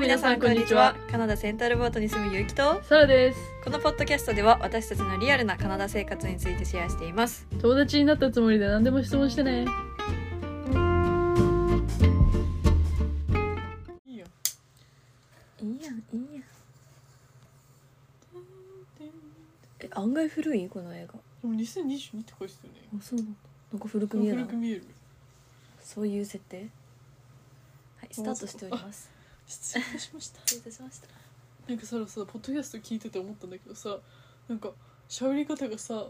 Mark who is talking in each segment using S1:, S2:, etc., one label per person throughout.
S1: 皆さんこんにちはカナダセンタルボートに住むゆうきと
S2: サラです
S1: このポッドキャストでは私たちのリアルなカナダ生活についてシェアしています
S2: 友達になったつもりで何でも質問してねいいよ
S1: いいやんいいやんえ案外古いこの映画
S2: でも2022って書いてたよね
S1: あそうなんだなんか古く見え
S2: 古
S1: ない
S2: く見える
S1: そういう設定はいスタートしております
S2: 失礼しました
S1: 失礼いたしました
S2: なんかさらさポッドキャスト聞いてて思ったんだけどさなんか喋り方がさ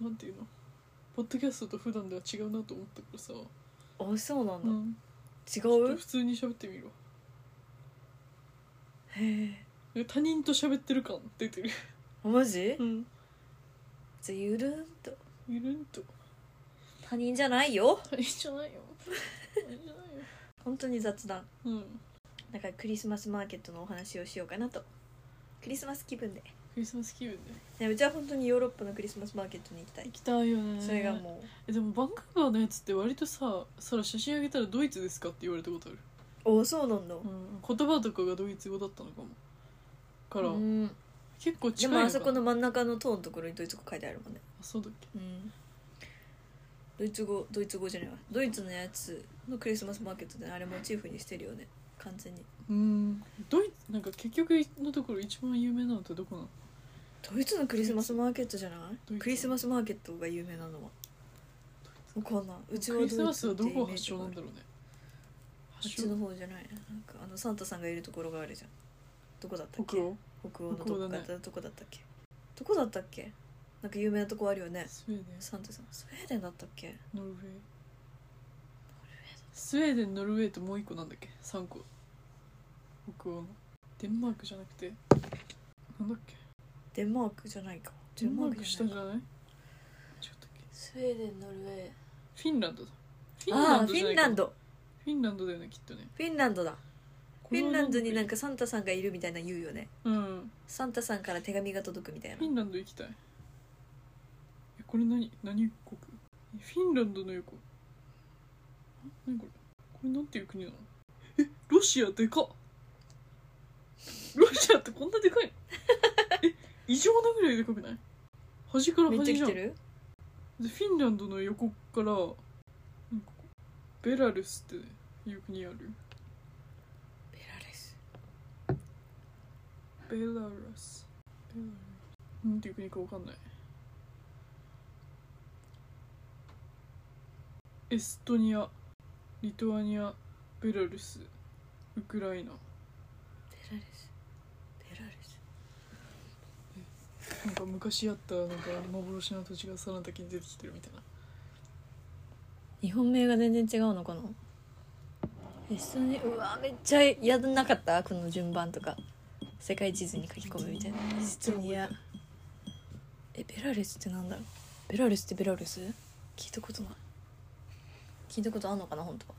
S2: なんていうのポッドキャストと普段では違うなと思ったからさ、
S1: あそうなん
S2: う
S1: だ、
S2: ん、
S1: 違
S2: ちょっと
S1: う
S2: 普通に喋ってみるわ
S1: へえ
S2: 他人と喋ってる感出てる
S1: あマジ
S2: うん
S1: じゃあゆるんと
S2: ゆるんと
S1: 他人じゃないよ
S2: 他人じゃ ないよ他人じゃないよ
S1: 本当に雑談
S2: うん
S1: なんかクリスマスマーケットのお話をしようかなとクリスマス気分で
S2: クリスマス気分で
S1: ねうちは本当にヨーロッパのクリスマスマーケットに行きたい
S2: 行きたいよね
S1: それがもう
S2: えでもバンクーバーのやつって割とさ「そら写真あげたらドイツですか?」って言われたことある、
S1: おおそうなんだ
S2: うん、言葉とかがドイツ語だったのかもから、
S1: うん
S2: 結構
S1: で
S2: 近いの
S1: も
S2: かな
S1: あそこの真ん中の塔のところにドイツ語書いてあるもんね
S2: あそうだっけ
S1: うんドイツ語ドイツ語じゃないわドイツのやつのクリスマスマーケットであれモチーフにしてるよね完全に
S2: うんドイツなんか結局のところ一番有名なのってどこなの
S1: ドイツのクリスマスマーケットじゃない
S2: ドイツ
S1: クリスマスマーケットが有名なのはわかんないうちはド
S2: ク
S1: イ
S2: リスマス
S1: ツ
S2: は
S1: って
S2: ど
S1: イメ
S2: こ
S1: ー
S2: 発
S1: ジ
S2: 祥
S1: が
S2: な
S1: あ
S2: ん
S1: る
S2: だろうね
S1: あっちの方じゃないなんかあのサンタさんがいるところがあるじゃんどこだったっけ
S2: 北欧
S1: 北欧のど
S2: 北欧
S1: こ
S2: だ
S1: か
S2: ね
S1: どこだったっけどこだったっけなんか有名なとこあるよね
S2: スウェーデン
S1: サンタさんスウェーデンだったっけ
S2: ノルウェースウェーデンノルウェーともう一個なんだっけ3個北欧のデンマークじゃなくてなんだっけ
S1: デンマークじゃないか
S2: デンマーク
S1: じゃ
S2: 下
S1: な
S2: じ
S1: い
S2: ゃ
S1: か
S2: ない違ったっ
S1: スウェーデンノルウェー
S2: けフィンランドだフ
S1: ああーフ
S2: じゃ
S1: ィン
S2: ないか
S1: ランド
S2: フィンランドだよねきっとね
S1: フィンランドだフィンランドになん
S2: か
S1: かサンタさんがいるみたいなの言うよね
S2: うん
S1: サンタさんから手紙が届くみたいな
S2: フィンランド行きたいえこれ何何国えフィンランドの横ん何これこれなんていう国なのえロシアでかっロシアってこんな でかいのえ異常なぐらいでかくない端から
S1: めっち
S2: 端
S1: ゃ
S2: じ
S1: 来
S2: ゃん
S1: て
S2: で
S1: る
S2: フィンランドの横からなんかこうベラルスっていう国ある
S1: ベラルス
S2: ベラルスベラルスなんていう国かわかんないエストニアリトアニアベラルスウクライナ
S1: ベラルスベラルス
S2: なんか昔あったなんか幻の土地がさらだけに出てきてるみたいな
S1: 日本名が全然違うのかなエストニアうわめっちゃやんなかったこの順番とか世界地図に書き込むみたいなエストニアえベラルスってなんだろうベラルスってベラルス聞いたことない聞いたことあんのかな本当は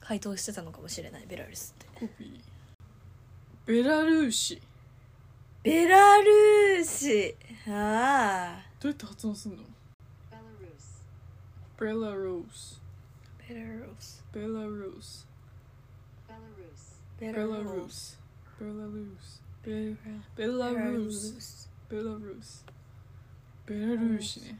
S1: 回答してたのかもしれないベラルスって
S2: コピーベラルーシ
S1: ベラルーシああ
S2: どうやって発音すんのベラルース
S1: ベラルース
S2: ベラルース
S1: ベ
S2: ベラルースベラルースベラルースベラルース
S1: ス
S2: ベラルースベラルーシね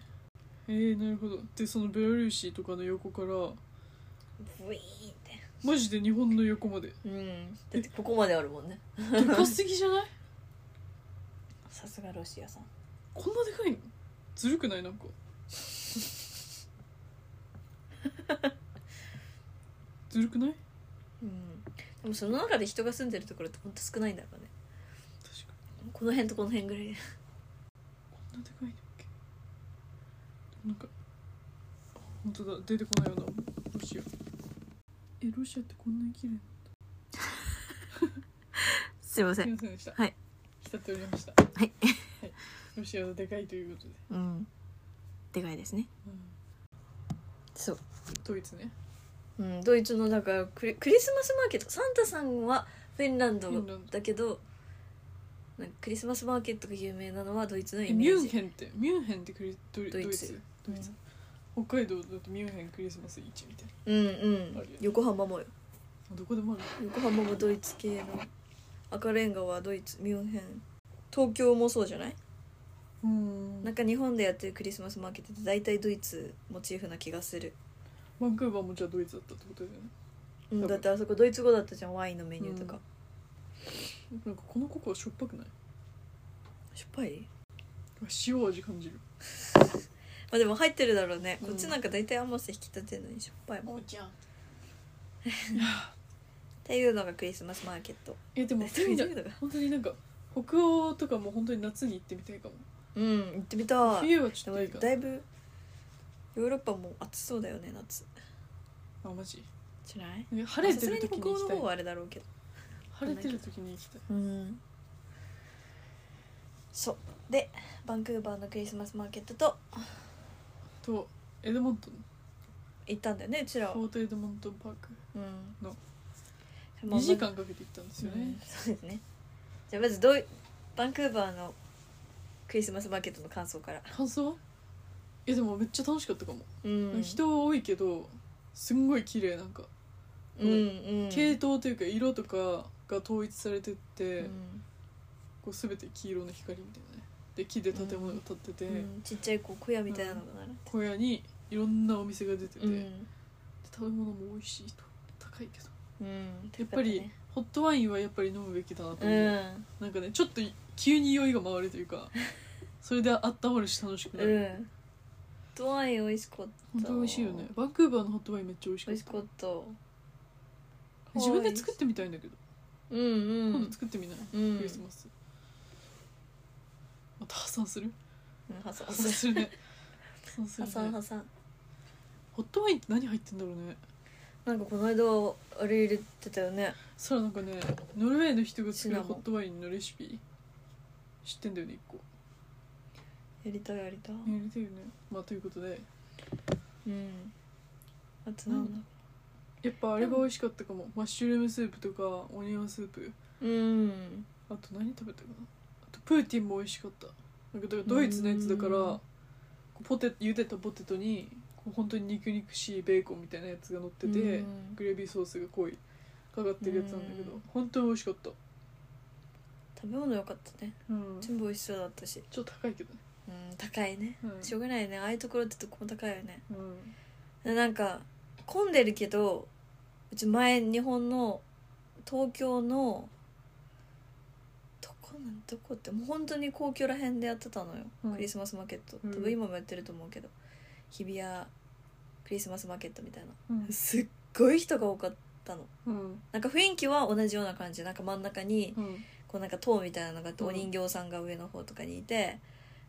S2: えー、なるほどでそのベラルーシとかの横から
S1: ブイーンって
S2: マジで日本の横まで
S1: うんだってここまであるもんね
S2: でかすぎじゃない
S1: さすがロシアさん
S2: こんなでかいのずるくないなん かずるくない
S1: うんでもその中で人が住んでるところってほんと少ないんだろうね
S2: 確か
S1: この辺とこの辺ぐらい
S2: にこんなでかいんだっけなんか本当だ出てこないようなロシアえロシアってこんなに綺麗な
S1: すいませ
S2: すいませんでした。
S1: はい。
S2: 浸っておりました。
S1: はい。
S2: はい、ロシアはでかいということで。
S1: うんでかいですね
S2: うん、
S1: そう、
S2: ドイツね。
S1: うん、ドイツのだからクリクリスマスマーケットサンタさんはフィンランド
S2: フィンランド
S1: だけどなんかクリスマスマーケットが有名なのはドイツの
S2: え
S1: イメ
S2: ミュ
S1: ー
S2: ン
S1: ジ
S2: ヘンって、ミュンヘンってクリド
S1: ド
S2: イド
S1: イ
S2: イ
S1: ツ
S2: ツ。ドイツ。北海道だとミュンヘンクリスマス市みたいな。
S1: うんうん
S2: あるよね
S1: 横浜もよ
S2: どこでもある
S1: 横浜もドイツ系の赤レンガはドイツミュンヘン東京もそうじゃない
S2: うん
S1: なんか日本でやってるクリスマスマーケットって大体ドイツモチーフな気がする、
S2: バンクーバーもじゃあドイツだったってことだよね
S1: うん、だってあそこドイツ語だったじゃんワインのメニューとか、
S2: なんかこのココアしょっぱくない
S1: しょっぱい
S2: 塩味感じる
S1: まあでも入ってるだろうね、
S2: うん
S1: こっちなんか大体甘さ引き立てるのにしょっぱいもんっ
S2: おちゃん
S1: ていうのがクリスマスマーケット
S2: えでも
S1: そう
S2: い
S1: い
S2: いじゃ
S1: うんのが
S2: 本当になんか北欧とかも本当に夏に行ってみたいかも
S1: うん行ってみたい
S2: 冬はち
S1: で
S2: ょっといいか
S1: もだいぶヨーロッパも暑そうだよね夏
S2: あマジ
S1: じゃない
S2: なんか晴
S1: さ
S2: れて
S1: すが
S2: る
S1: に
S2: 時に
S1: 北
S2: 行
S1: 欧
S2: き
S1: の
S2: たい
S1: 方はあれだろうけど
S2: 晴れてる時に行きたい
S1: うんそうでバンクーバーのクリスマスマーケットと
S2: とエドモントン
S1: 行ったんだよねうちらは
S2: フォートエドモントンパーク
S1: うん
S2: の
S1: まあ
S2: 2時間かけて行ったんですよ
S1: う
S2: ね
S1: んそうですねじゃあまずどういバンクーバーのクリスマスマーケットの感想から
S2: 感想えでもめっちゃ楽しかったかも、
S1: うん
S2: 人多いけどすんごい綺麗なんか、
S1: うんうん
S2: 系統というか色とかが統一されてって、
S1: うん
S2: こう全て黄色の光みたいなねで木で建物が建ってて、
S1: うんちっちゃいこう小屋みたいなのがなる
S2: 小屋にいろんなお店が出てて、
S1: う
S2: で
S1: ん
S2: 食べ物も美味しいと高いけど
S1: うん
S2: やっぱり
S1: よか
S2: ホットワインはやっぱり飲むべきだなと
S1: った
S2: 思う、
S1: ね
S2: なんかねちょっと急に酔いが回るとい うかそれで温まるし楽しくな
S1: うん
S2: る、
S1: うんドワイン美味しかった
S2: 本当に美味しいよねバンクーバーのホットワインめっちゃ美味
S1: 美
S2: しかっ
S1: 味したかった
S2: 自分で作ってみたいんだけど、
S1: うんう
S2: 今
S1: ん
S2: 度作ってみない、
S1: うん
S2: クリスマスまた破産する
S1: うん破産
S2: 破産するね破産す
S1: 破
S2: る
S1: 産
S2: ね
S1: 破産
S2: ホットワインって何入ってんだろうね
S1: なんかこの間あれ入れてたよね
S2: そらなんかねノルウェーの人が作る
S1: シナモ
S2: ホ
S1: ン
S2: ットワインのレシピ知ってんだよね一個
S1: やりたいやりたい
S2: 入れてるねまあということで
S1: うんあとなんだ
S2: やっぱあれが美味しかったかもマッシュルームスープとかオニオンスープ
S1: うん
S2: あと何食べたかなあとプーティンも美味しかったなんかだからドイツのやつだから
S1: うん
S2: こうポテ茹でたポテトにこう本当に肉肉しいベーコンみたいなやつが乗ってて
S1: うん
S2: グレービーソースが濃いかかってるやつなんだけど
S1: うん
S2: 本当に美味しかった
S1: 食べ物良かったね
S2: うんちょ
S1: 全部美味しそうだったし
S2: っと高いけどね
S1: うん高いね
S2: うん
S1: しょうがないねああいうところってどこも高いよね
S2: うん
S1: でなんか混んでるけどうち前日本の東京のどこなんどこってもう本当に皇居ら辺でやってたのよ、
S2: うん
S1: クリスマスマーケット
S2: うん
S1: 多分今もやってると思うけど、日比谷クリスマスマーケットみたいな
S2: うん
S1: すっごい人が多かったの
S2: うん
S1: なんか雰囲気は同じような感じなんか真ん中に
S2: うん
S1: こうなんか塔みたいなのがあって、
S2: うん
S1: お人形さんが上の方とかにいて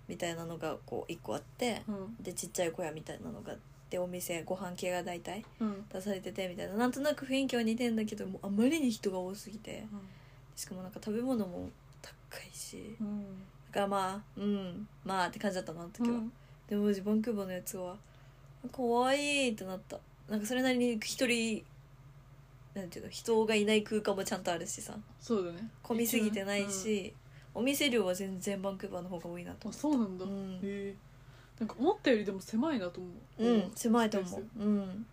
S1: みたいなのがこう一個あって
S2: うん
S1: でちっちゃい小屋みたいなのがあってお店ご飯系が大体
S2: うん
S1: 出されててみたいななんとなく雰囲気は似てんだけどもうあまりに人が多すぎてしかもなんか食べ物も高いし
S2: うん
S1: だからまあうんまあって感じだったのあの時は、
S2: うん
S1: でも私バンクーバーのやつはかわいいってなったなんかそれなりに一人なんていうの人がいない空間もちゃんとあるしさ
S2: そうだね
S1: 混みすぎてない、し、お店量は全然バンクーバーの方が多いな
S2: う
S1: と
S2: んあそうなんだ、
S1: 思う、うん、
S2: へえなんか思ったよりでも狭いなと思う、
S1: うん、狭いと思
S2: スペー
S1: ううん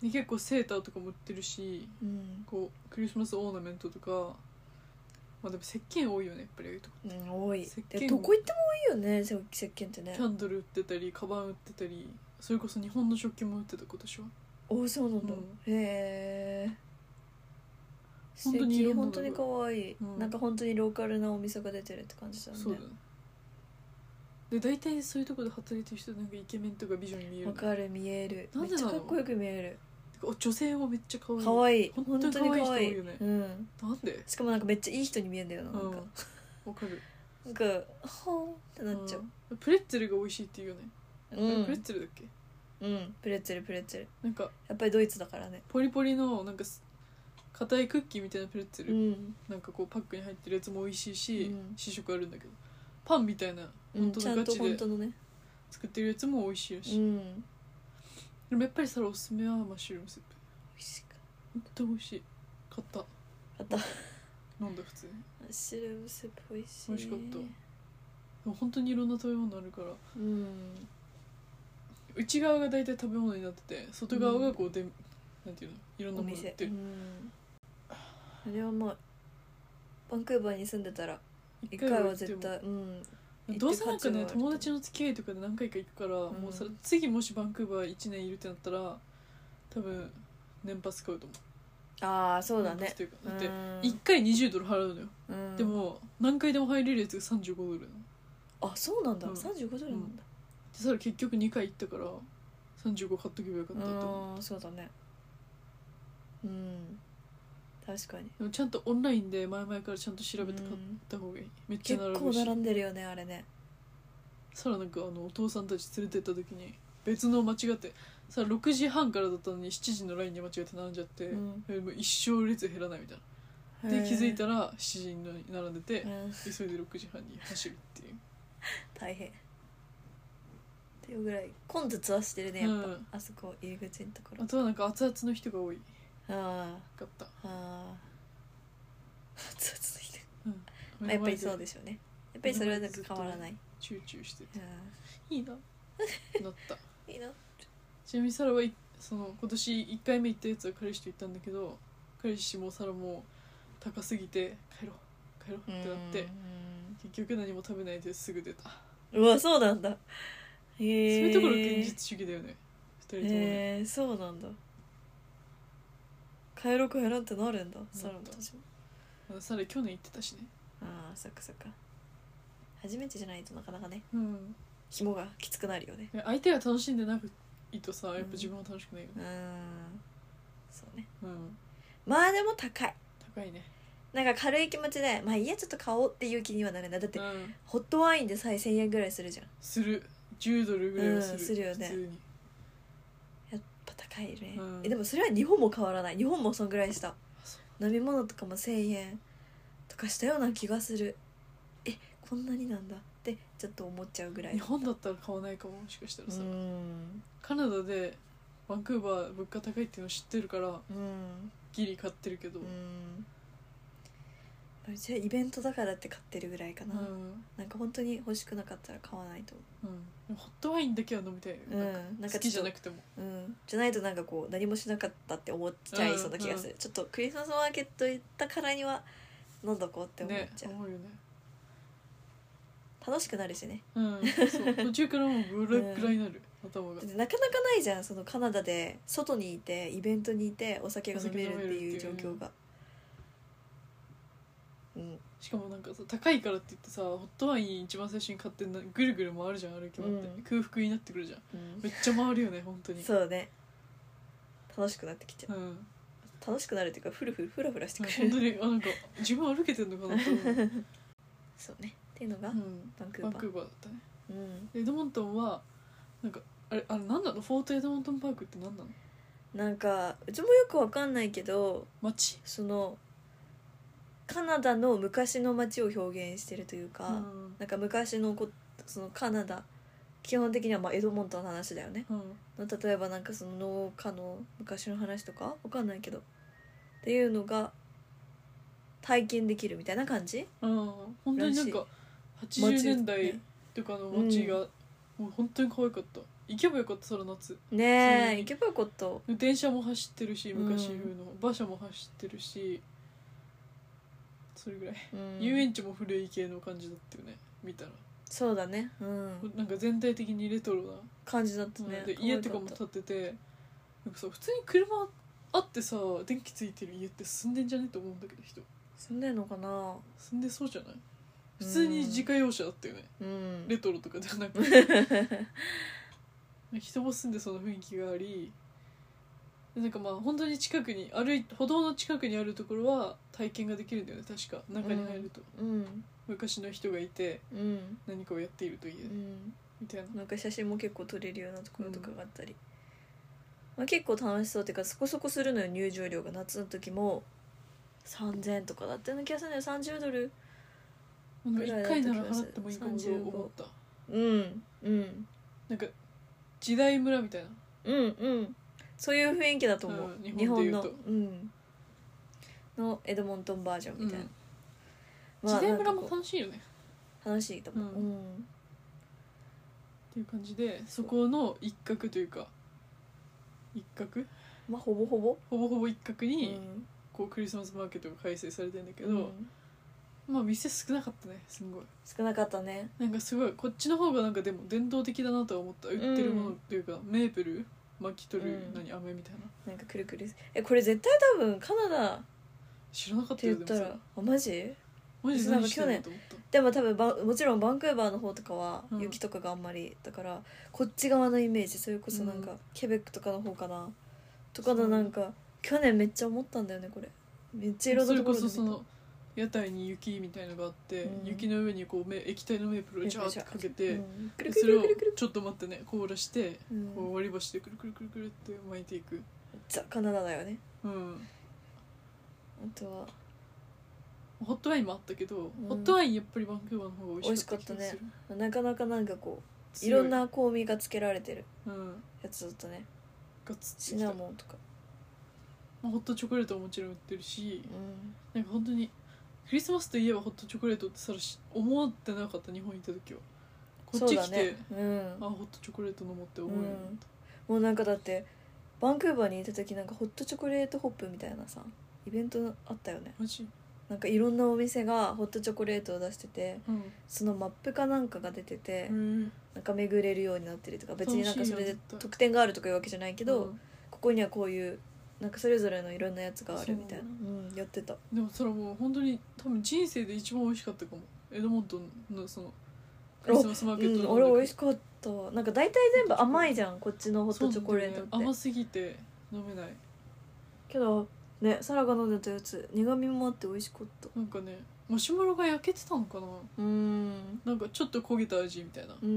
S2: スで結構セーターとかも売ってるし
S1: うん、
S2: こうクリスマスオーナメントとかまあでも石鹸多いよねやっぱりああいうとこ
S1: うん、多い
S2: 石鹸
S1: でどこ行っても多いよね石石鹸ってね
S2: キャンドル売ってたりカバン売ってたりそれこそ日本の食器も売ってたことでしょ
S1: おそうなんだ、
S2: うん
S1: へえ素
S2: 本当にい
S1: 敵
S2: ろんな
S1: 本
S2: のが
S1: 当に可愛い、
S2: うん
S1: なんか本当にローカルなお店が出てるって感じだよね
S2: そうだねで大体そういうとこで働いてる人なんかイケメンとか美女に見える
S1: わかる見える
S2: なんでなの
S1: めっちゃかっこよく見え
S2: てかお女性もめっちゃ可愛
S1: る
S2: い
S1: 可愛いい
S2: 本
S1: 本
S2: 当
S1: 当
S2: に
S1: に
S2: 可
S1: 可
S2: 愛
S1: 愛
S2: い
S1: い
S2: 人多いよね
S1: うん
S2: なんで
S1: しかもなんかめっちゃいい人に見えんだよななんか、
S2: わかる
S1: なんかほーってなっちゃう
S2: うんプレッツェルが美味しいって言うよね、
S1: う
S2: あれ
S1: ん
S2: プレッツェルだっけ
S1: うんプレッツェルプレッツェル
S2: なんか
S1: やっぱりドイツだからね
S2: ポリポリのなんかす硬いクッキーみたいなプレッツェ
S1: う
S2: ル、
S1: ん
S2: なんかこうパックに入ってるやつも美味しいし、
S1: うん
S2: 試食あるんだけどパンみたいな
S1: うん
S2: 本当
S1: ち
S2: の
S1: ゃ
S2: ガ
S1: んと
S2: チで
S1: 本当のね
S2: 作ってるやつも美味しいし、
S1: うん
S2: でもやっぱりそれおすすめはマッシュルームスープ
S1: 美味しか
S2: 本当美味しい買った
S1: ったあ
S2: 飲んだ普通にで
S1: とシルームスープ美味しい
S2: 美味しかったも本当にいろんな食べ物あるから
S1: うん
S2: 内側が大体食べ物になってて外側がこうで、なんていうのいろんな
S1: お
S2: もの売っ
S1: 店
S2: て
S1: う
S2: る
S1: んあれはもうバンクーバーに住んでたら一
S2: 一
S1: 回
S2: 行
S1: は
S2: っても
S1: 絶対うん
S2: どうせなんか
S1: 行
S2: ね
S1: って
S2: 友達の付き合いとかで何回か行くから、
S1: ん
S2: もうそれ次もしバンクーバー1年いるってなったら多分年パス買うと思う
S1: ああそうだ
S2: 年パ
S1: ね
S2: スというかだっ
S1: う
S2: て
S1: ん
S2: 1回20ドル払うのよ、
S1: うん
S2: でも何回でも入れるやつが35ドルなので
S1: あそうなんだ
S2: うん
S1: 35ドルなんだ
S2: それ結局2回行ったから35買っとけばよかったと思う
S1: ああそうだねうん確かに
S2: でもちゃんとオンラインで前々からちゃんと調べて買っ
S1: うん
S2: た方がいい、めっちゃ
S1: 結
S2: 並
S1: 構
S2: ぶし
S1: 並んでるよねあれね
S2: さらなんかあのお父さんたち連れてった時に別の間違ってさ6時半からだったのに7時のラインで間違って並んじゃって、
S1: うん
S2: えもう一生列減らないみたいなで気づいたら7時に並んでて
S1: へーうん
S2: 急いで6時半に走るっていう
S1: 大変っていうぐらい混雑はしてるねやっぱ、
S2: うん
S1: あそこ入り口のところ
S2: あとはなんか熱々の人が多い
S1: あ
S2: かった
S1: あ ああちょっと続いて
S2: 目
S1: やっぱ
S2: の前
S1: りそうでしょうねやっぱりそれはなんか変わらない
S2: チューチューして
S1: あ
S2: いいななった
S1: あいいな
S2: ちなみにサラはいその今年1回目行ったやつは彼氏と行ったんだけど彼氏もサラも高すぎて帰ろう帰ろうってなって結局何も食べないですぐ出た、
S1: うんうわそうなんだへえ
S2: そういうところ現実主義だよね2人ともね、
S1: へえそうなんだ帰ろう帰らんってなるんだサラも
S2: なった
S1: 私も
S2: あのサラ去年行ってたしね
S1: ああそっかそっか初めてじゃないとなかなかね
S2: うん
S1: 紐がきつくなるよね
S2: で相手が楽しんでなくいとさやっぱ自分も楽しくないよ
S1: う
S2: ね、
S1: んそうね
S2: うん、
S1: まあでも高い
S2: 高いね
S1: なんか軽い気持ちでまあいいやちょっと買おうっていう気にはなれないだって
S2: うん、
S1: ホットワインでさえ1000円ぐらいするじゃんや
S2: する10ドルぐらいはする,、
S1: うんするよね
S2: 普通に
S1: っぱ高いね、
S2: うん
S1: えでもそれは日本も変わらない日本もそんぐらいした
S2: そ
S1: 飲み物とかも1000円とかしたような気がするえこんなになんだってちょっと思っちゃうぐらい
S2: 日本だったら買わないかももしかしたら
S1: う
S2: さ、
S1: ん
S2: カナダでバンクーバー物価高いっていうの知ってるから
S1: うん
S2: ギリ買ってるけど、
S1: う
S2: うん
S1: んうちはイベントだからって買ってるぐらいかな、なんか本当に欲しくなかったら買わないと思
S2: うんでもホットワインだけは飲みたいよ、
S1: ううんなん
S2: 好
S1: か
S2: き
S1: ち
S2: じ
S1: ょ
S2: ゃ
S1: っと
S2: なくても
S1: うん、じゃないとなんかこう何もしなかったって思っちゃいそうな気がする、ちょっとクリスマスマーケット行ったからには飲んどこうって思っ
S2: ね
S1: ちゃう、
S2: 思うよね
S1: 楽しくなるしね
S2: うんそ う途中からもうブラックラになる、頭
S1: だ
S2: が
S1: ってなかなかないじゃんそのカナダで外にいてイベントにいてお酒が飲めるっていう状況がうん
S2: しかもなんかさ高いからって言ってさホットワイン一番最初に買ってなぐるぐる回るじゃん歩き回って、
S1: うん
S2: 空腹になってくるじゃん
S1: うん
S2: めっちゃ回るよね本当に
S1: そうね楽しくなってきちゃ
S2: うん
S1: う楽しくなるっていうかフルフルフラフラしてく
S2: 本当
S1: る
S2: にあなんか自分歩けてんのかなと思う、
S1: そうねっていうのが
S2: うん、
S1: バンクー
S2: バン
S1: バー
S2: クーバーだったね
S1: うん
S2: エドモントンはなんかあれあれなんなのフォートエドモントンパークって何なの
S1: なんかうちもよくわかんないけど
S2: 街
S1: そのカナダの昔の街を表現してるというか、
S2: うん
S1: なんか昔のこそのカナダ基本的にはまあエドモントンの話だよね
S2: うん
S1: 例えばなんかその農家の昔の話とかわかんないけどっていうのが体験できるみたいな感じ
S2: うん本当になんか80
S1: 街
S2: 年
S1: ね
S2: 代とかの街が、もう本当に可愛かった行けばよかったそら夏
S1: ね
S2: う
S1: え
S2: ん
S1: 行けばよかったう
S2: 電車も走ってるし
S1: うん
S2: 昔風の、馬車も走ってるしそれぐらい、
S1: ん
S2: 遊園地も古い系の感じだったよね見たら
S1: そうだねうん
S2: なんか全体的にレトロな
S1: 感じだったね
S2: で
S1: 可愛
S2: 家
S1: った
S2: とかも建っててなんかさ普通に車あってさ電気ついてる家って住んでんじゃねと思うんだけど人
S1: 住んでんのかな
S2: 住んでそうじゃない普通に自家用車だったよね
S1: うん
S2: レトロとかじゃなく 人も住んでその雰囲気がありでなんかまあ本当に近くに歩い歩道の近くにあるところは体験ができるんだよね確か中に入ると、
S1: うん
S2: 昔の人がいて
S1: うん
S2: 何かをやっているというう、
S1: ん
S2: みたいな
S1: なんか写真も結構撮れるようなところとかがあったり、まあ、結構楽しそうっていうかそこそこするのよ入場料が夏の時も3000円とかだったような気がするのよ30ドル
S2: もう
S1: ぐらいだっ
S2: 1
S1: た
S2: 回
S1: 気
S2: なら
S1: がす
S2: 払っ
S1: る
S2: てもいいかもと思った
S1: うんうん
S2: なんか時代村みたいな
S1: うんうんそういう雰囲気だと思う、
S2: うん
S1: 日
S2: 日
S1: 本
S2: 本で言
S1: の
S2: うと
S1: うんのエドモントンバージョンみたいな、
S2: うん
S1: まあ
S2: 自然村
S1: な
S2: も
S1: んかこ
S2: 楽しいよね
S1: う楽しいと思う、う
S2: うんっていう感じでそこの一角というか一角
S1: まあほぼほぼ
S2: ほぼほぼ一角
S1: う
S2: に
S1: ん
S2: こうクリスマスマーケットが開催されてんだ
S1: け
S2: けど、まあ店少なかったねすんごい
S1: 少なかったね
S2: なんかすごいこっちの方がなんかでも伝統的だなとは思った売ってるものっていうか、メープル巻き取る、
S1: うん
S2: 何飴みたいな
S1: なんかくるくるえこれ絶対多分カナダっ
S2: 知らなかった
S1: て言
S2: よ
S1: っ
S2: で
S1: た
S2: も
S1: ら
S2: さ
S1: あマジ
S2: マジで何してんのと思っ
S1: でも多分バもちろんバンクーバーの方とかは
S2: うん
S1: 雪とかがあんまり、だからこっち側のイメージそれこそなんか、
S2: う
S1: ケベックとかの方かなとかの
S2: そう
S1: なんか去年めっちゃ思ったんだよねこれめっちゃいろ
S2: た
S1: ん
S2: そ
S1: な
S2: れ
S1: とこ
S2: こ
S1: ろで
S2: そ
S1: 見
S2: そ
S1: た
S2: の屋台に雪みたいのがあって、
S1: うん
S2: 雪の上にこうめ液体のメープルをジャーってかけて、
S1: うんく
S2: で
S1: るく
S2: それ
S1: る
S2: を
S1: くるくる
S2: ちょっと待ってね凍らして
S1: くる、うん
S2: こう割り箸でくるくるくるくるって巻いていく
S1: ザ・カナダだよね
S2: うん
S1: あとは
S2: ホットワインもあったけど、
S1: ん
S2: ホットワインやっぱりバンクーバーの方が美味しかった気がする
S1: なかなかなんかこうい
S2: 強
S1: ろんな香味がつけられてる
S2: うん
S1: やつだったね
S2: ガツッ
S1: シ
S2: てきた
S1: ナ
S2: ま
S1: モンとか
S2: あホットチョコレートももちろん売ってるし
S1: うん
S2: なんか本当にクリスマスといえばホットチョコレートってさらし思ってなかった日本にいた時はこっち来て、
S1: そうだね
S2: あホットチョコレート飲もうって思うようになった、
S1: うんもうなんかだってバンクーバーにいた時なんかホットチョコレートホップみたいなさイベントあったよね
S2: マジ
S1: なんかいろんなお店がホットチョコレートを出してて
S2: うん
S1: そのマップかなんかが出てて、
S2: へ
S1: なんか巡れるようになってるとか別になんかそれで
S2: 楽しいよ絶対
S1: 特典があるとかいうわけじゃない
S2: え
S1: けど、
S2: うん
S1: ここにはこういうなんかそれぞれのいろんなやつがあるみたいな
S2: そう
S1: うん、やってた
S2: でもそれはもう本当に多分人生で一番美味しかったかもエドモントンのそのクリスマスマーケットの
S1: うん、俺美味
S2: し
S1: しかったわなんか大体全部甘いじゃんこっちのホットチョコレートって、
S2: 甘すぎて飲めない
S1: けどねサラが飲んでたやつ苦味もあって美味しかった
S2: なんかねマシュマロが焼けてたのかな
S1: うーん
S2: なんかちょっと焦げた味みたいな
S1: うー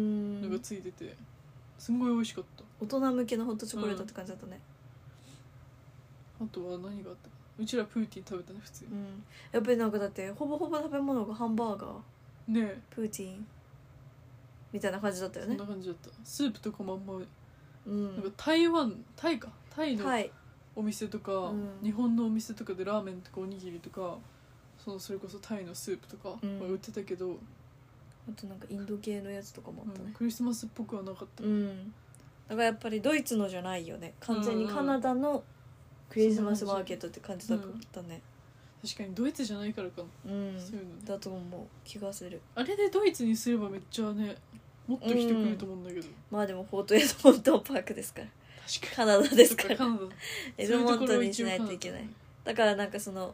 S2: のが
S1: ん
S2: ついててすんごい美味しかった
S1: 大人向けのホットチョコレートって感じだったね
S2: あとは何があったうちらプーティン食べたね普通
S1: うん、やっぱりなんかだってほぼほぼ食べ物がハンバーガー
S2: にねえ
S1: プーティンみたいな感じだったよ
S2: そん
S1: ね
S2: な感じだったスープとかもあんま
S1: う
S2: なんか
S1: ん
S2: 台湾タイかタイの
S1: はい
S2: お店とか、
S1: うん
S2: 日本のお店とかでラーメンとかおにぎりとかそのそれこそタイのスープとかは
S1: うん
S2: 売ってたけど、
S1: あとなんかインド系のやつとかもあった
S2: うん
S1: ね
S2: クリスマスっぽくはなかった、
S1: うんだからやっぱりドイツのじゃないよね完全にカナダのクリスマスマーケットって感じだったね
S2: 確かにドイツじゃないからかな、
S1: うん
S2: そういうのね
S1: だと思う気がする
S2: あれでドイツにすればめっちゃねもっと人来ると思うんだけど、
S1: まあでもフォートエドモントンパークですから
S2: 確か
S1: カナダ
S2: に
S1: ですか
S2: そっ
S1: ら
S2: カナダ
S1: エドモン
S2: そ
S1: ト
S2: う
S1: ン
S2: う
S1: に
S2: と
S1: し
S2: ころ
S1: ない
S2: は一応カナ
S1: と
S2: ダ
S1: いけないだからなんかその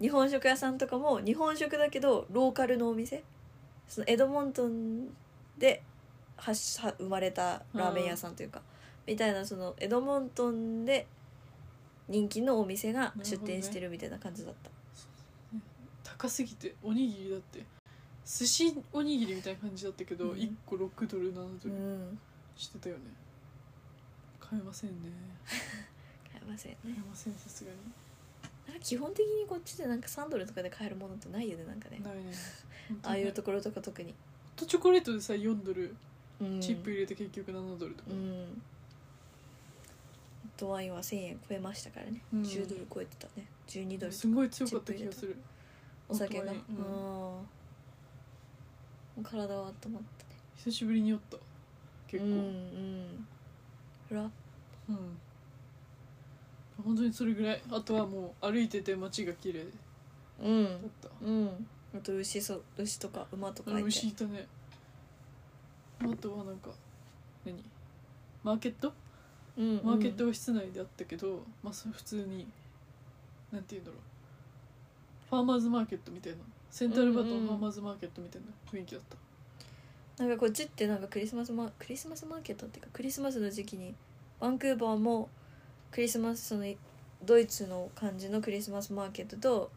S1: 日本食屋さんとかも日本食だけどローカルのお店そのエドモントンで発しは生まれたラーメン屋さんというか、みたいなそのエドモントンで人気のお店が出店してるみたいな感じだった、
S2: 高すぎておにぎりだって寿司おにぎりみたいな感じだったけど、
S1: うん
S2: 1個6ドル7ド
S1: う
S2: ル
S1: ん
S2: してたよね買えませんね
S1: 買えませんね
S2: 買えませんさすがに
S1: なんか基本的にこっちでなんか3ドルとかで買えるものってないよねなんかね
S2: ないね
S1: ああいうと
S2: こ
S1: ころとか特に、
S2: ホットチョコレートでさ4ドル
S1: うん、
S2: チップ入れて結局7ドルとか、
S1: うんホットワインは1000円超えましたからね、
S2: うん
S1: 10ドル超えてたね12ドル
S2: すごい強かった気がする
S1: お酒が、
S2: ホ
S1: う
S2: ッ
S1: ん
S2: トワインうん
S1: もう体は温まったね
S2: 久しぶりに酔った結構
S1: う
S2: うん、
S1: うんんフラ
S2: 本当にそれぐらいあとはもう歩いてて街が綺麗だ
S1: う
S2: っ
S1: ん
S2: た、
S1: うんあと牛そ牛とか馬とか
S2: うん、
S1: い
S2: 牛
S1: て
S2: いたねあとはなんか何マーケット
S1: うんうん
S2: マーケットは室内であったけど、まあそれ普通になんて言うんだろうファーマーズマーケットみたいなセントラルバートの
S1: うんうん
S2: ファーマーズマーケットみたいな雰囲気だった、
S1: なんかこっちってなんかクリスマスマクリスマスマーケットっていうかクリスマスの時期にバンクーバーもクリスマスそのドイツの感じのクリスマスマーケットと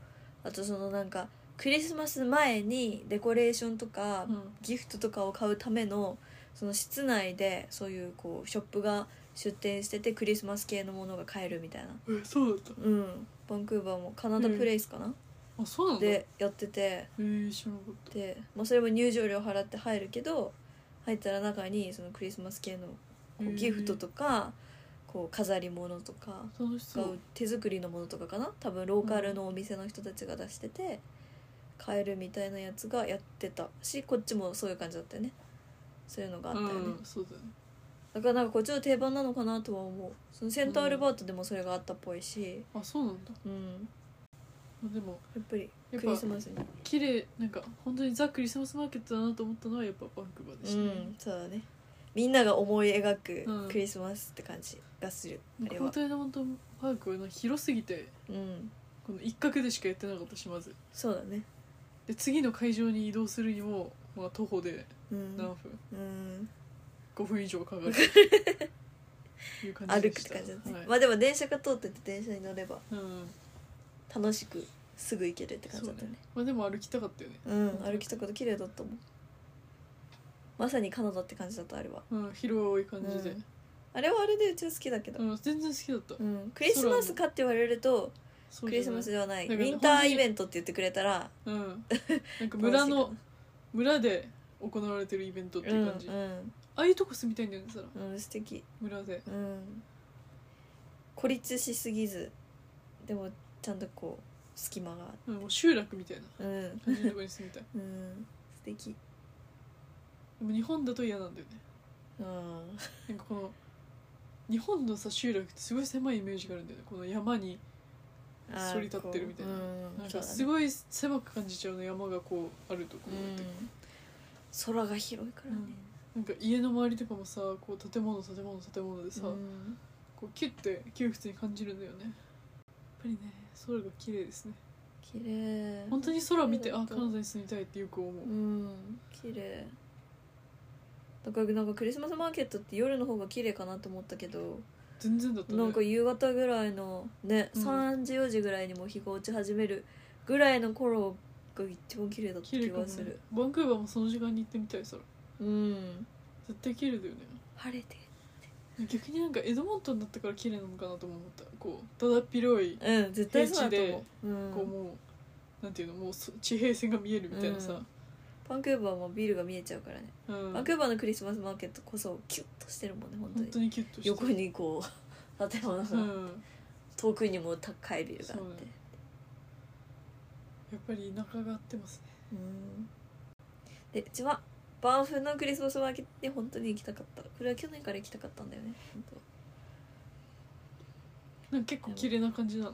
S1: あとそのなんかクリスマス前にデコレーションとか
S2: うん
S1: ギフトとかを買うためのその室内でそういうこうショップが出店しててクリスマス系のものが買えるみたいな
S2: えそうだった
S1: うんバンクーバーもカナダプレイスかな、
S2: あそうなんだえ
S1: でやってて
S2: ー、知らなかった
S1: で、まあ、それも入場料払って入るけど入ったら中にそのクリスマス系のこ
S2: へ
S1: う
S2: ー
S1: ギフトとかこう飾り物とか
S2: 楽しそ
S1: が
S2: う
S1: 手作りのものとかかな多分ローカルのお店の人たちが出してて買えるみたいなやつがやってたしこっちもそういう感じだったよねそういうのがあったよね、
S2: うんそうだよね
S1: だだからなんかこっちの定番なのかなとは思うそのセントアルバートでもそれがあったっぽいし、
S2: あそうなんだ
S1: うん、
S2: まあでも
S1: やっぱり
S2: やっ
S1: ク
S2: ぱ
S1: リスマスに
S2: 綺麗なんか本当にザ・クリスマスマーケットだなと思ったのはやっぱバンクーバー
S1: う
S2: でしたね、
S1: んそうだねみんなが思い描
S2: うん
S1: くクリスマスって感じがする、あれ
S2: 交
S1: は
S2: 代の本当パークはな広すぎて
S1: うん
S2: この一角でしかやってなかったしまず
S1: そうだね
S2: で次の会場に移動するにも、まあ、徒歩で
S1: うん
S2: 何分、
S1: うん
S2: 5分以上かかるいう感じ
S1: 歩
S2: で
S1: くっ
S2: してた
S1: 感じだね、
S2: はい
S1: まあでも電車が通ってて電車に乗れば
S2: うん
S1: 楽しくすぐ行けるって感じだ
S2: そう
S1: った
S2: ね
S1: ね
S2: まあでも歩きたかったよね
S1: うん歩きたこと綺麗だったもんまさにカナダって感じだったあれは
S2: うん広い感じで、
S1: あれはあれでうちは好きだけど、
S2: うん、全然好きだった、
S1: うん、クリスマスかって言われると
S2: そう
S1: ク
S2: じゃ
S1: リスマスではない
S2: だから
S1: ウィンターイベントって言ってくれたら
S2: な いうんなんか村
S1: 楽しい
S2: の村で行われてるイベントって
S1: か
S2: いう
S1: な
S2: 感じ、
S1: う
S2: あ
S1: ん
S2: あいうとこ住みたいんだよねさら
S1: うん、うん、素敵
S2: 村で
S1: うん孤立しすぎずでもちゃんとこう隙間があ
S2: うんもう集落みたいな
S1: るうん
S2: 感じのとこに住みたい
S1: うん素敵
S2: でも日本だと嫌なんだよね
S1: うん
S2: なんかこの日本のさ集落ってすごい狭いイメージがあるんだよねこの山に
S1: あー
S2: 反り立ってるみたいな
S1: こうう
S2: なんん
S1: そ
S2: か
S1: うだ
S2: す
S1: ね
S2: ごい狭く感じちゃうの山がこうあるとこ
S1: う
S2: ろって、
S1: ん空が広いからね
S2: なんか家の周りとかもさこう建物建物建物でさ、
S1: うん
S2: こうキュッて窮屈に感じるんだよねやっぱりね空が綺麗ですね
S1: 綺麗
S2: 本当に空を見て
S1: 綺麗だ
S2: あ
S1: った
S2: カナダに住みたいってよく思う、
S1: うん綺麗だからなんかクリスマスマーケットって夜の方が綺麗かなと思ったけど
S2: 全然だったね
S1: なんか夕方ぐらいのね、
S2: うん
S1: 3時4時ぐらいにも日が落ち始めるぐらいの頃が一番綺麗だった
S2: 綺
S1: 気
S2: 麗かも、
S1: が
S2: ね
S1: する、
S2: バンクーバーもその時間に行ってみたいさ
S1: うん
S2: 絶対綺麗だよね
S1: 晴れて
S2: 逆になんかエドモントンだったから綺麗なのかなとも思ったこうだだっ広い
S1: うん絶対そうだと思う,、う、
S2: こうんもうなんていうのもうそ地平線が見えるみたいなさ、
S1: バンクーバーもビルが見えちゃうからね、
S2: うん
S1: バンクーバーのクリスマスマーケットこそキュッとしてるもんね本当
S2: 本
S1: に
S2: 当にキュッとして
S1: 横にこう建物が、
S2: うん、
S1: 遠くにも高いビルがあって
S2: そうねやっぱり田舎が合ってますね
S1: うんでうちはバンフのクリスマスマーケットに本当に行きたかったこれは去年から行きたかったんだよね本当っ
S2: なんか結構綺麗な感じなの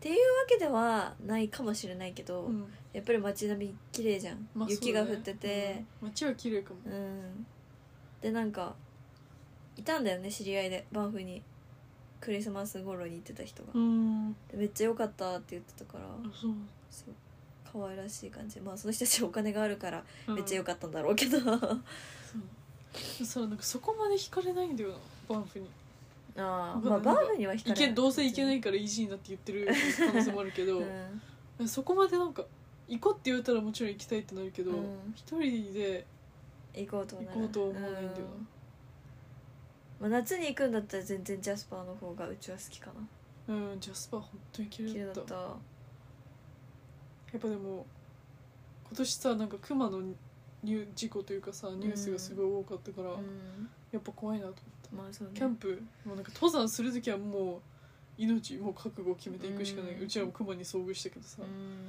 S1: ていうわけではないかもしれないけど、
S2: うん
S1: やっぱり街並み綺麗じゃん、
S2: まあ
S1: 雪が降ってて、
S2: そうねうん街は綺麗かも
S1: うん、でなんかいたんだよね知り合いでバンフにクリスマス頃に行ってた人が、
S2: うん
S1: でめっちゃ良かったって言ってたから、
S2: あそう
S1: そう可愛らしい感じまあその人たちお金があるから
S2: うん
S1: めっちゃ良
S2: か
S1: かったんだろう けどあ
S2: ったそうなんかそこまで惹かれないんだよなバンフに
S1: あ
S2: ん
S1: まあバンフには惹か
S2: 行
S1: れ
S2: け
S1: ない
S2: どうせ行けないからイージーになって言ってる可能性もあるけど、
S1: うん
S2: そこまでなんか行こうって言われたらもちろん行きたいってなるけど
S1: うん
S2: 一、人で
S1: 行こうとは
S2: 行
S1: なら
S2: こうとは思わないんだよ
S1: うんまあ、夏に行くんだったら全然ジャスパーの方がうちは好きかな
S2: なうん、ジャスパー本当に綺
S1: 綺
S2: 麗
S1: 麗
S2: だ
S1: だ
S2: っ
S1: ったた
S2: やっぱでも今年さなんかクマのニュー事故というかさニュースがすごい多かったから、
S1: うん
S2: やっぱ怖いなと思った
S1: まあそうね
S2: キャンプもうなんか登山する時はもう命もう覚悟を決めていくしかない、
S1: う
S2: うんちらもクマに遭遇したけどさ、
S1: うん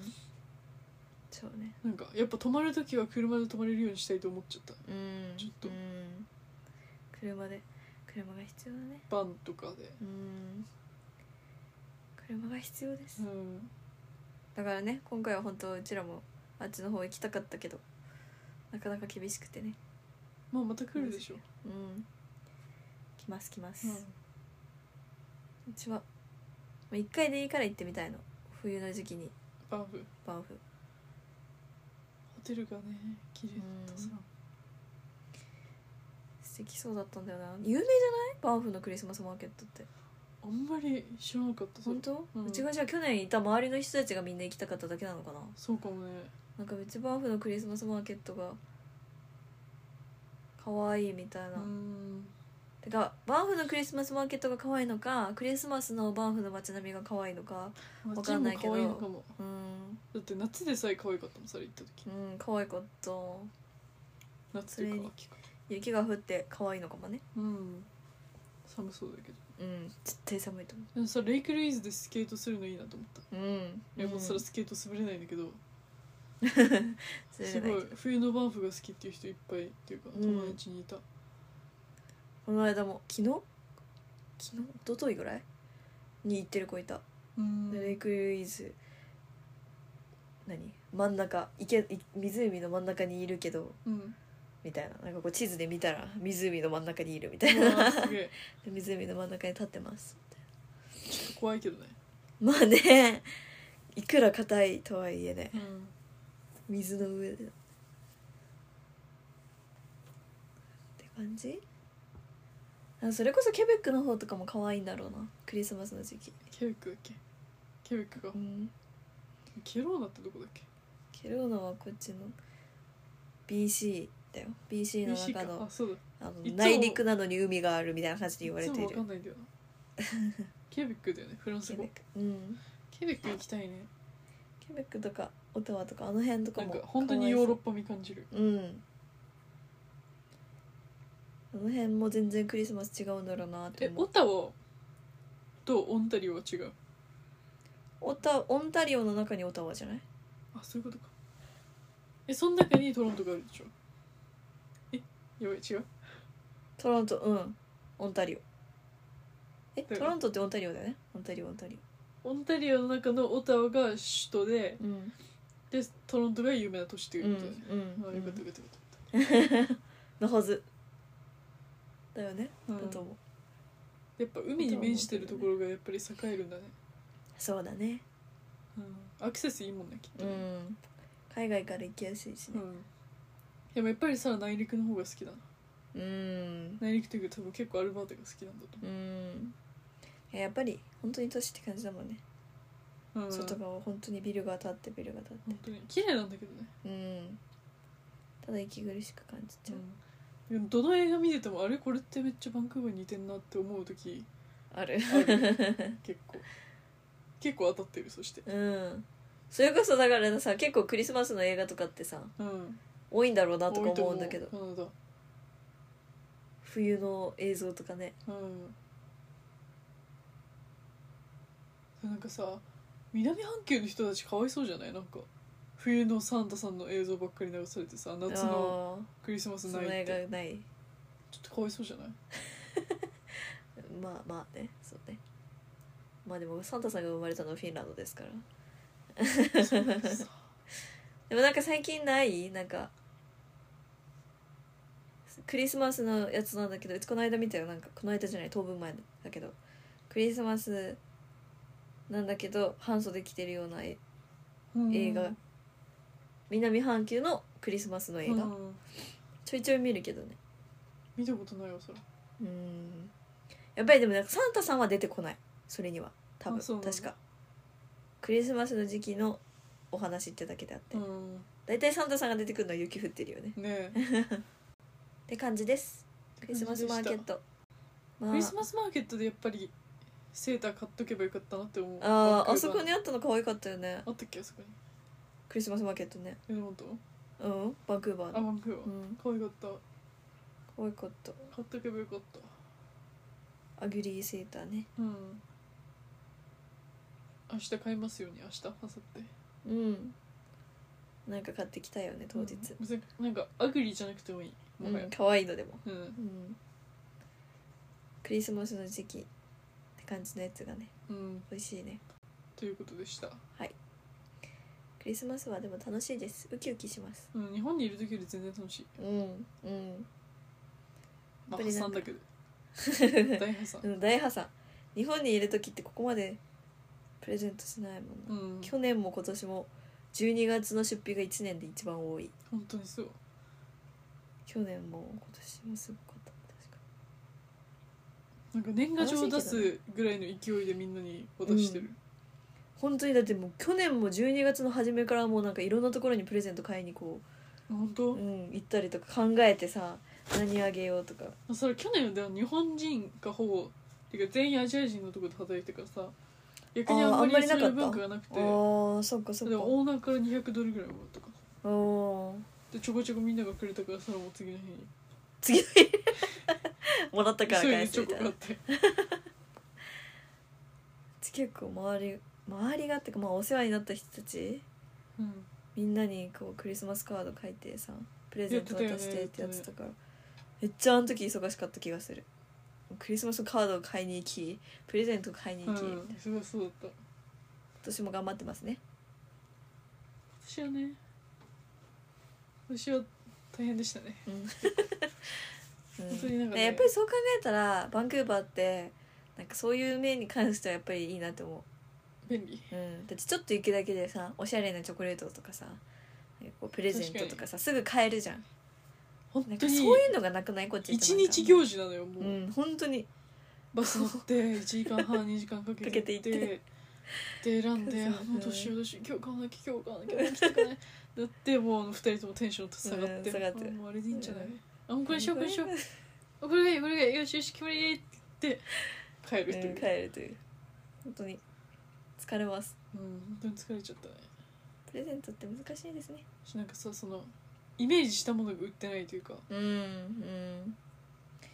S1: そうね
S2: なんかやっぱ泊まる時は車で泊まれるようにしたいと思っちゃった
S1: うん
S2: ちょっと
S1: うん車で車が必要だね
S2: バンとかで
S1: うん車が必要です
S2: うん
S1: だからね今回は本当うちらもあっちの方行きたかったけどなかなか厳しくてね
S2: まあまた来るでしょ、
S1: うん来ます来ます、
S2: う
S1: うんちは1回でいいから行ってみたいの冬の時期に
S2: バンフ
S1: バンフ
S2: ホテルがね綺麗だったさ、
S1: 素敵そうだったんだよな有名じゃないバンフのクリスマスマーケットって
S2: あんまり知らなかったそれ
S1: 本当、
S2: う
S1: うんちがじゃあ去年いた周りの人たちがみんな行きたかっただけなのかな
S2: そうかもね
S1: なんかうちバンフのクリスマスマーケットが可愛いみたいな、
S2: うん
S1: てかバンフのクリスマスマーケットが可愛いのかクリスマスのバンフの街並みが可愛いのかわかんないけど
S2: 街も可愛いのかも
S1: うん
S2: だって夏でさえ可愛かったもんそれ行った時
S1: うん可愛かった
S2: 夏というか秋か
S1: 雪が降って可愛いのかもね
S2: うん寒そうだけど
S1: うん絶対寒いと思
S2: でもさレイクルイーズでスケートするのいいなと思った
S1: ううん
S2: いやもうそれ
S1: す
S2: スケート滑れないんだけど、す
S1: ご
S2: ご
S1: い
S2: い冬のバンフが好きっていう人いっぱいっていうか
S1: うん
S2: 友達にいた、
S1: この間も昨日昨日一昨日ぐらいに行ってる子いた
S2: うん
S1: でレイクルイーズ何真ん中池い湖の真ん中にいるけど
S2: うん
S1: みたいななんかこう地図で見たら湖の真ん中にいるみたいう
S2: わ
S1: な
S2: ーすげえ
S1: で湖の真ん中に立ってますみたいな
S2: ちょっと怖いけどね
S1: まあねいくら硬いとはいえね
S2: うん
S1: 水の上でって感じあそれこそケベックの方とかも可愛いんだろうなクリスマスの時期
S2: ケベックだっけケベックか
S1: うん
S2: ケローナってどこだっけ
S1: ケローナはこっちの BC だよ BC の
S2: BC
S1: 中
S2: か
S1: の
S2: あそうだ
S1: あの
S2: いつも
S1: 内陸なのに海があるみたいな感じで言われ
S2: いつ
S1: てい
S2: もわか
S1: る
S2: んないんだよな ケベックだよねフランス
S1: ケベ
S2: 語
S1: ックうん
S2: ケベック行きたいね
S1: ケベックとかオタワとかあの辺とか
S2: なん
S1: も
S2: か本当にヨーロッパ味感じる
S1: うんあの辺も全然クリスマス違うんだろうなって
S2: え
S1: 思
S2: オ
S1: う
S2: タワとオンタリオは違う
S1: オタオンタリオの中にオタワじゃない
S2: あそういうことかえその中にトロントがあるでしょえやばい違う
S1: トロントうんオンタリオえ
S2: だよね
S1: トロントってオンタリオだよねオンタリオオンタリ
S2: オンタリオの中のオタワが首都で
S1: オうん
S2: でトロントが有名な都市って
S1: う
S2: い
S1: ん
S2: うことだよね、
S1: うん、
S2: あ
S1: う
S2: よかっ
S1: ん
S2: たよかったよかっ
S1: のはずだよね、
S2: た、うん
S1: だと思う
S2: やっぱ海に面してるところがやっぱり栄えるんだね、
S1: そうだね
S2: うん、アクセスいいもんねきっと
S1: う
S2: ね、
S1: ん海外から行きやすいし
S2: う
S1: ね
S2: んでもやっぱりさ内陸の方が好きだな
S1: うん
S2: 内陸というか多分結構アルバータが好きなんだと
S1: うんいややっぱり本当に都市って感じだもんね、
S2: 思う、うん、
S1: 外側は本当にビルが建ってビルが建っ
S2: 本当に綺麗なんだけどね、
S1: てうんただ息苦しく感じちゃう、
S2: うん、どの映画見ててもあれこれってめっちゃバンクーバーに似てんなって思う時
S1: ある
S2: ある結構結構当たってるそして
S1: うんそれこそだからさ結構クリスマスの映画とかってさ
S2: うん
S1: 多いんだろうなとか
S2: 多いと
S1: 思うんだけど
S2: カナダ
S1: 冬の映像とかね
S2: うんなんかさ南半球の人たちかわいそうじゃないなんか冬のサンタさんの映像ばっかり流されてさ夏の
S1: あー
S2: クリスマス
S1: そ
S2: な
S1: の
S2: いっ
S1: 映
S2: て
S1: 画ない
S2: ちょっとかわいそうじゃない
S1: まあまあねそうねまあでもサンタさんが生まれたのはフィンランドですから
S2: そ うだけどさ
S1: でもなんか最近ないなんかクリスマスのやつなんだけどうちこの間見たよなんかこの間じゃない当分前だけどクリスマスなんだけど半袖着てるようなえ
S2: うん
S1: 映画南半球のクリスマスの映画、
S2: うん
S1: ちょいちょい見るけどね
S2: 見たことないよそれ
S1: うんやっぱりでもなんかサンタさんは出てこないそれには多分
S2: あそうなんだ
S1: 確かクリスマスの時期のお話ってだけであって
S2: うん
S1: 大体、サンタさんが出てくるのは雪降ってるよね
S2: ねえ
S1: って感じですクリスマスマーケットまあ
S2: クリスマスマーケットでやっぱりセーター買っとけばよかったなって思う
S1: あー
S2: バン
S1: あ
S2: クー
S1: そ
S2: バー
S1: こにあったの可愛かったよね
S2: あったっけあそこに
S1: クリスマスマーケットね
S2: え本当
S1: うんバンクーバー
S2: あ
S1: の
S2: バンクーバ
S1: う
S2: ー
S1: ん
S2: 可愛かった
S1: 可愛かった
S2: 買っとけばよかった
S1: アギリーセーターね
S2: うん明日買いますように明日明後日
S1: うんなんか買ってきたよね当日
S2: うん別になんかアグリじゃなくてもいいも
S1: う
S2: はや
S1: ん可愛いのでも
S2: うん、
S1: うんクリスマスの時期って感じのやつがね
S2: うん、
S1: 美味しいね
S2: ということでした、
S1: クリスマスはでも楽しいですウキウキします
S2: うん、日本にいる時より全然楽しい
S1: うんうんやっぱ
S2: まあ破
S1: りな
S2: 産
S1: んか
S2: だけど 大破産
S1: うん大破産日本にいる時ってここまでプレゼントしないもんな
S2: うん
S1: 去年も今年も12月の出費が1年で一番多い
S2: 本当にそう
S1: 去年も今年もすごかった確か
S2: なんか年賀状を出すぐらいの勢いでみんなに渡してる、
S1: 本当にだってもう去年も12月の初めからもうなんかいろんなところにプレゼント買いにこ
S2: 本
S1: う、
S2: 当、
S1: うん、行ったりとか考えてさ何あげようとか
S2: それ去年では日本人がほぼていうか全員アジア人のところで働いてからさ逆に
S1: あ
S2: あ
S1: ー
S2: んま
S1: あんま
S2: り
S1: りな
S2: そう
S1: か
S2: い
S1: っ
S2: う
S1: た
S2: 文化がなく
S1: あ
S2: て
S1: ーそっかそっ
S2: で
S1: か
S2: もオーナーから200ドルぐらいもらったかな
S1: おー
S2: でちょこちょこみんながくれたからそれも次の日に
S1: 次の日もらったから
S2: 急いで
S1: 返
S2: チ
S1: す
S2: ョ
S1: み
S2: コ
S1: たい
S2: 買
S1: なう
S2: って
S1: ち結構周り周りがってかまあお世話になった人たち
S2: うん
S1: みんなにこうクリスマスカード書いてさプレゼント渡してってやってたからめっちゃあの時忙しかった気がするクリスマスカードを買いに行きプレゼントを買いに
S2: う
S1: 行き、今
S2: んすごいそうだった
S1: 年も頑張ってますね
S2: 私はね私は大変でしたね
S1: うんうん
S2: 本当になんかね
S1: ねやっぱりそう考えたらバンクーバーってなんかそういう面に関してはやっぱりいいなって思
S2: 便利
S1: う、うん、だってちょっと行くだけでさおしゃれなチョコレートとかさなんかこうプレゼントとかさすぐ買えるじゃん
S2: 本
S1: なん
S2: 当
S1: か
S2: に
S1: そういうのがなくないこっち行った
S2: 一
S1: らなんか
S2: 日行事なのよもう、
S1: うん本当に
S2: バス乗って1時間半2時間かけ
S1: か
S2: て
S1: けて行って
S2: で選んで「
S1: そう
S2: あもうどうしようどうしよう今日買わなきゃ今日買わなきゃ今日買わ なきゃ」だってもう2人ともテンション下がって,、
S1: うん下がって
S2: あもうあれでいいんじゃない、
S1: うん
S2: あもうこれにしようこれにしようあこれがいいこれがいいよしよし決まりって言っ
S1: う
S2: て帰るっ
S1: ん
S2: ていう、
S1: 帰るという本当に疲れます
S2: うん本当に疲れちゃったね
S1: プレゼントって難しいですね
S2: しなんかさそのイメージしたものが売ってないというか、
S1: うんうん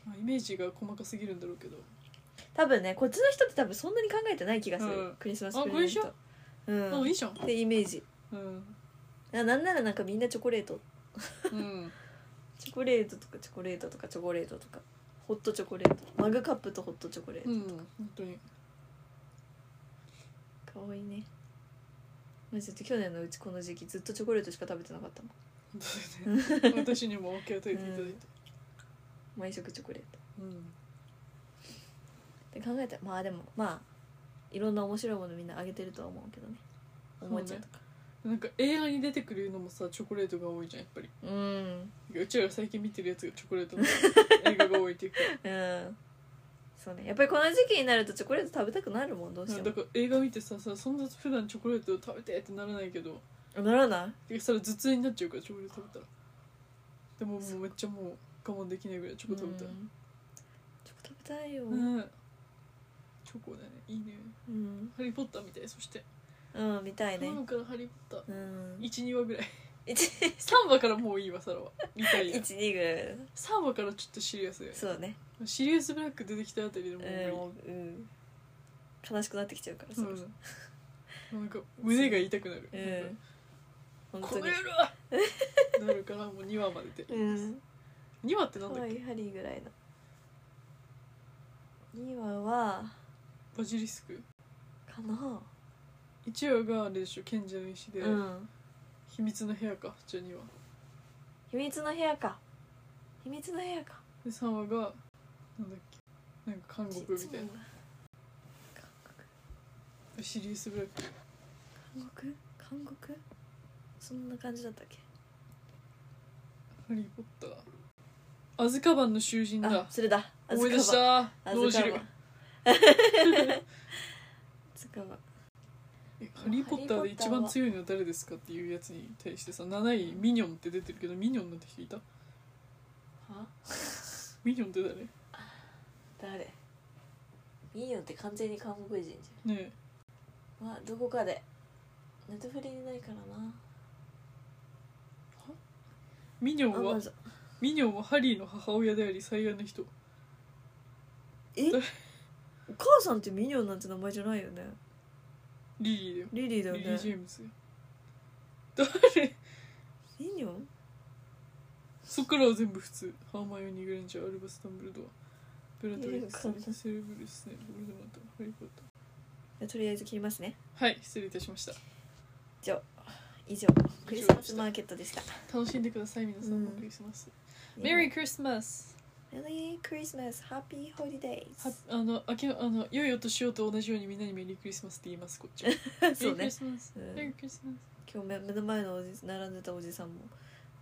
S2: まあ、イメージが細かすぎるんだろうけど、
S1: 多分ねこっちの人って多分そんなに考えてない気がする、
S2: うん
S1: クリスマ
S2: あ
S1: スプレゼン
S2: こ
S1: トうん
S2: あいいじゃん
S1: ってイメージ
S2: うん、
S1: ななんならなんかみんなチョコレート
S2: うん、
S1: チョコレートとかチョコレートとかチョコレートとかホットチョコレートマグカップとホットチョコレート、
S2: うん、本当に
S1: かわいいねマジで去年のうちこの時期ずっとチョコレートしか食べてなかったもん
S2: そ うだね私にも分け与えていただいて、
S1: 毎食チョコレート
S2: うん
S1: で考えたらまあでもまあいろんな面白いものみんなあげてるとは思うけどねおもちゃとか
S2: なんか映画に出てくるのもさチョコレートが多いじゃんやっぱり
S1: う,、ん
S2: うちらが最近見てるやつがチョコレ ートの映画が多いっていうか
S1: うんそうねやっぱりこの時期になるとチョコレート食べたくなるもんどうして
S2: だ
S1: も
S2: から映画見てささそんな普段チョコレート食べてってならないけど
S1: あならない
S2: てかそれ頭痛になっちゃうからチョコレート食べたらでももうめっちゃもう我慢できないぐらいチョコ食べたい
S1: うんチョコ食べたいよ、
S2: ねえチョコだねいいね
S1: うん、
S2: ハリー・ポッターみたいそして
S1: うん、見たいね
S2: 頼。むからハリー・ポッタ
S1: う
S2: ー
S1: ん。
S2: 12話ぐらい
S1: 一、
S2: 3話からもういいわサラは見たいや
S1: 一、二ぐらい。
S2: 3話からちょっとシリアスで
S1: そうね。
S2: シリアスブラック出てきたあたりでもう
S1: う
S2: 無
S1: ん、
S2: 理
S1: もう、うん。悲しくなってきちゃうから、そろそろ。
S2: うん、なんか胸が痛くなる、
S1: うん。
S2: なん
S1: 本
S2: か
S1: 当
S2: この
S1: に。
S2: 野郎なるからもう2話までで、
S1: うん。
S2: 二2話ってなんだ
S1: 可
S2: っけ
S1: 愛いハリーぐらいの。二話は。
S2: バジリスク
S1: かな。
S2: 1話があれでしょ賢者の石で、
S1: うん。
S2: 秘密の部屋かじゃあ2話
S1: 秘密の部屋か。秘密の部屋か。
S2: で3話がなんだっけなんか韓国みたいな
S1: 韓国。
S2: シリウスブラック
S1: 韓国。韓国。そんな感じだったっけ。
S2: ハリー・ポッターアズカバンの囚人だ
S1: あ、それだ。
S2: 思い出し
S1: アズカバン
S2: た
S1: あ
S2: 脳
S1: ずか
S2: 汁
S1: ば
S2: が
S1: あ ずかば
S2: えハリー・ポッターで一番強いのは誰ですかっていうやつに対してさ7位ミニョンって出てるけどミニョンなんて人いた
S1: は
S2: ミニョンって誰ね
S1: 誰ミーヨンって完全に韓国人じ
S2: え
S1: ゃんまあどこかでネットフリにないからな
S2: ミニョ
S1: ア
S2: ンは
S1: マゾン
S2: ミニョンはハリーの母親であり最愛の人
S1: え
S2: 誰
S1: お母さんってミニョンなんて名前じゃないよね
S2: リリーだよ
S1: リリーだよ
S2: リリー・ジェ
S1: ね
S2: ームズ誰
S1: ミニョン
S2: そっからは全部普通ハーマイオニー・グレンジャーアルバス・ダンブルドアブラトリッ
S1: いやわかんな
S2: ク
S1: い
S2: スセルブルスネープボルデモートハリー・ポッタ
S1: じゃあとりあえず切りますね
S2: ーはい失礼いたしました
S1: 以上以上クリスマスマーケットでした
S2: 楽しんでください皆さんも
S1: うん
S2: クリスマスメリークリスマス
S1: メリークリスマスハッピーホリデイ
S2: はあの明けあの良いお年をと同じようにみんなにメリークリスマスって言いますこっちは
S1: ズ そう
S2: メ
S1: ね
S2: リークリスマス、
S1: うん
S2: メリークリスマ
S1: 今日目目の前のおじ並んでたおじさんも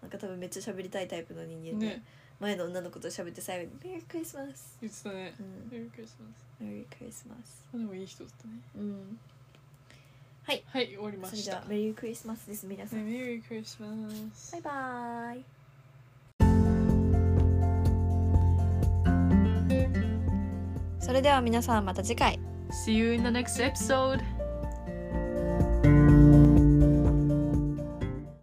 S1: なんか多分めっちゃ喋りたいタイプの人
S2: ス
S1: 間で、
S2: ね
S1: 前の女の子と喋って最後に「メリークリスマス
S2: 言ってたね」
S1: うん
S2: メリークリスマス
S1: 「メリークリスマス
S2: あでもいい人だったね」
S1: うん
S2: はい終わりま
S1: それ
S2: し
S1: で
S2: た
S1: はメリークリスマスです皆さん、
S2: メリークリスマス
S1: バイバーイそれでは皆さんまた次回
S2: See you in the next episode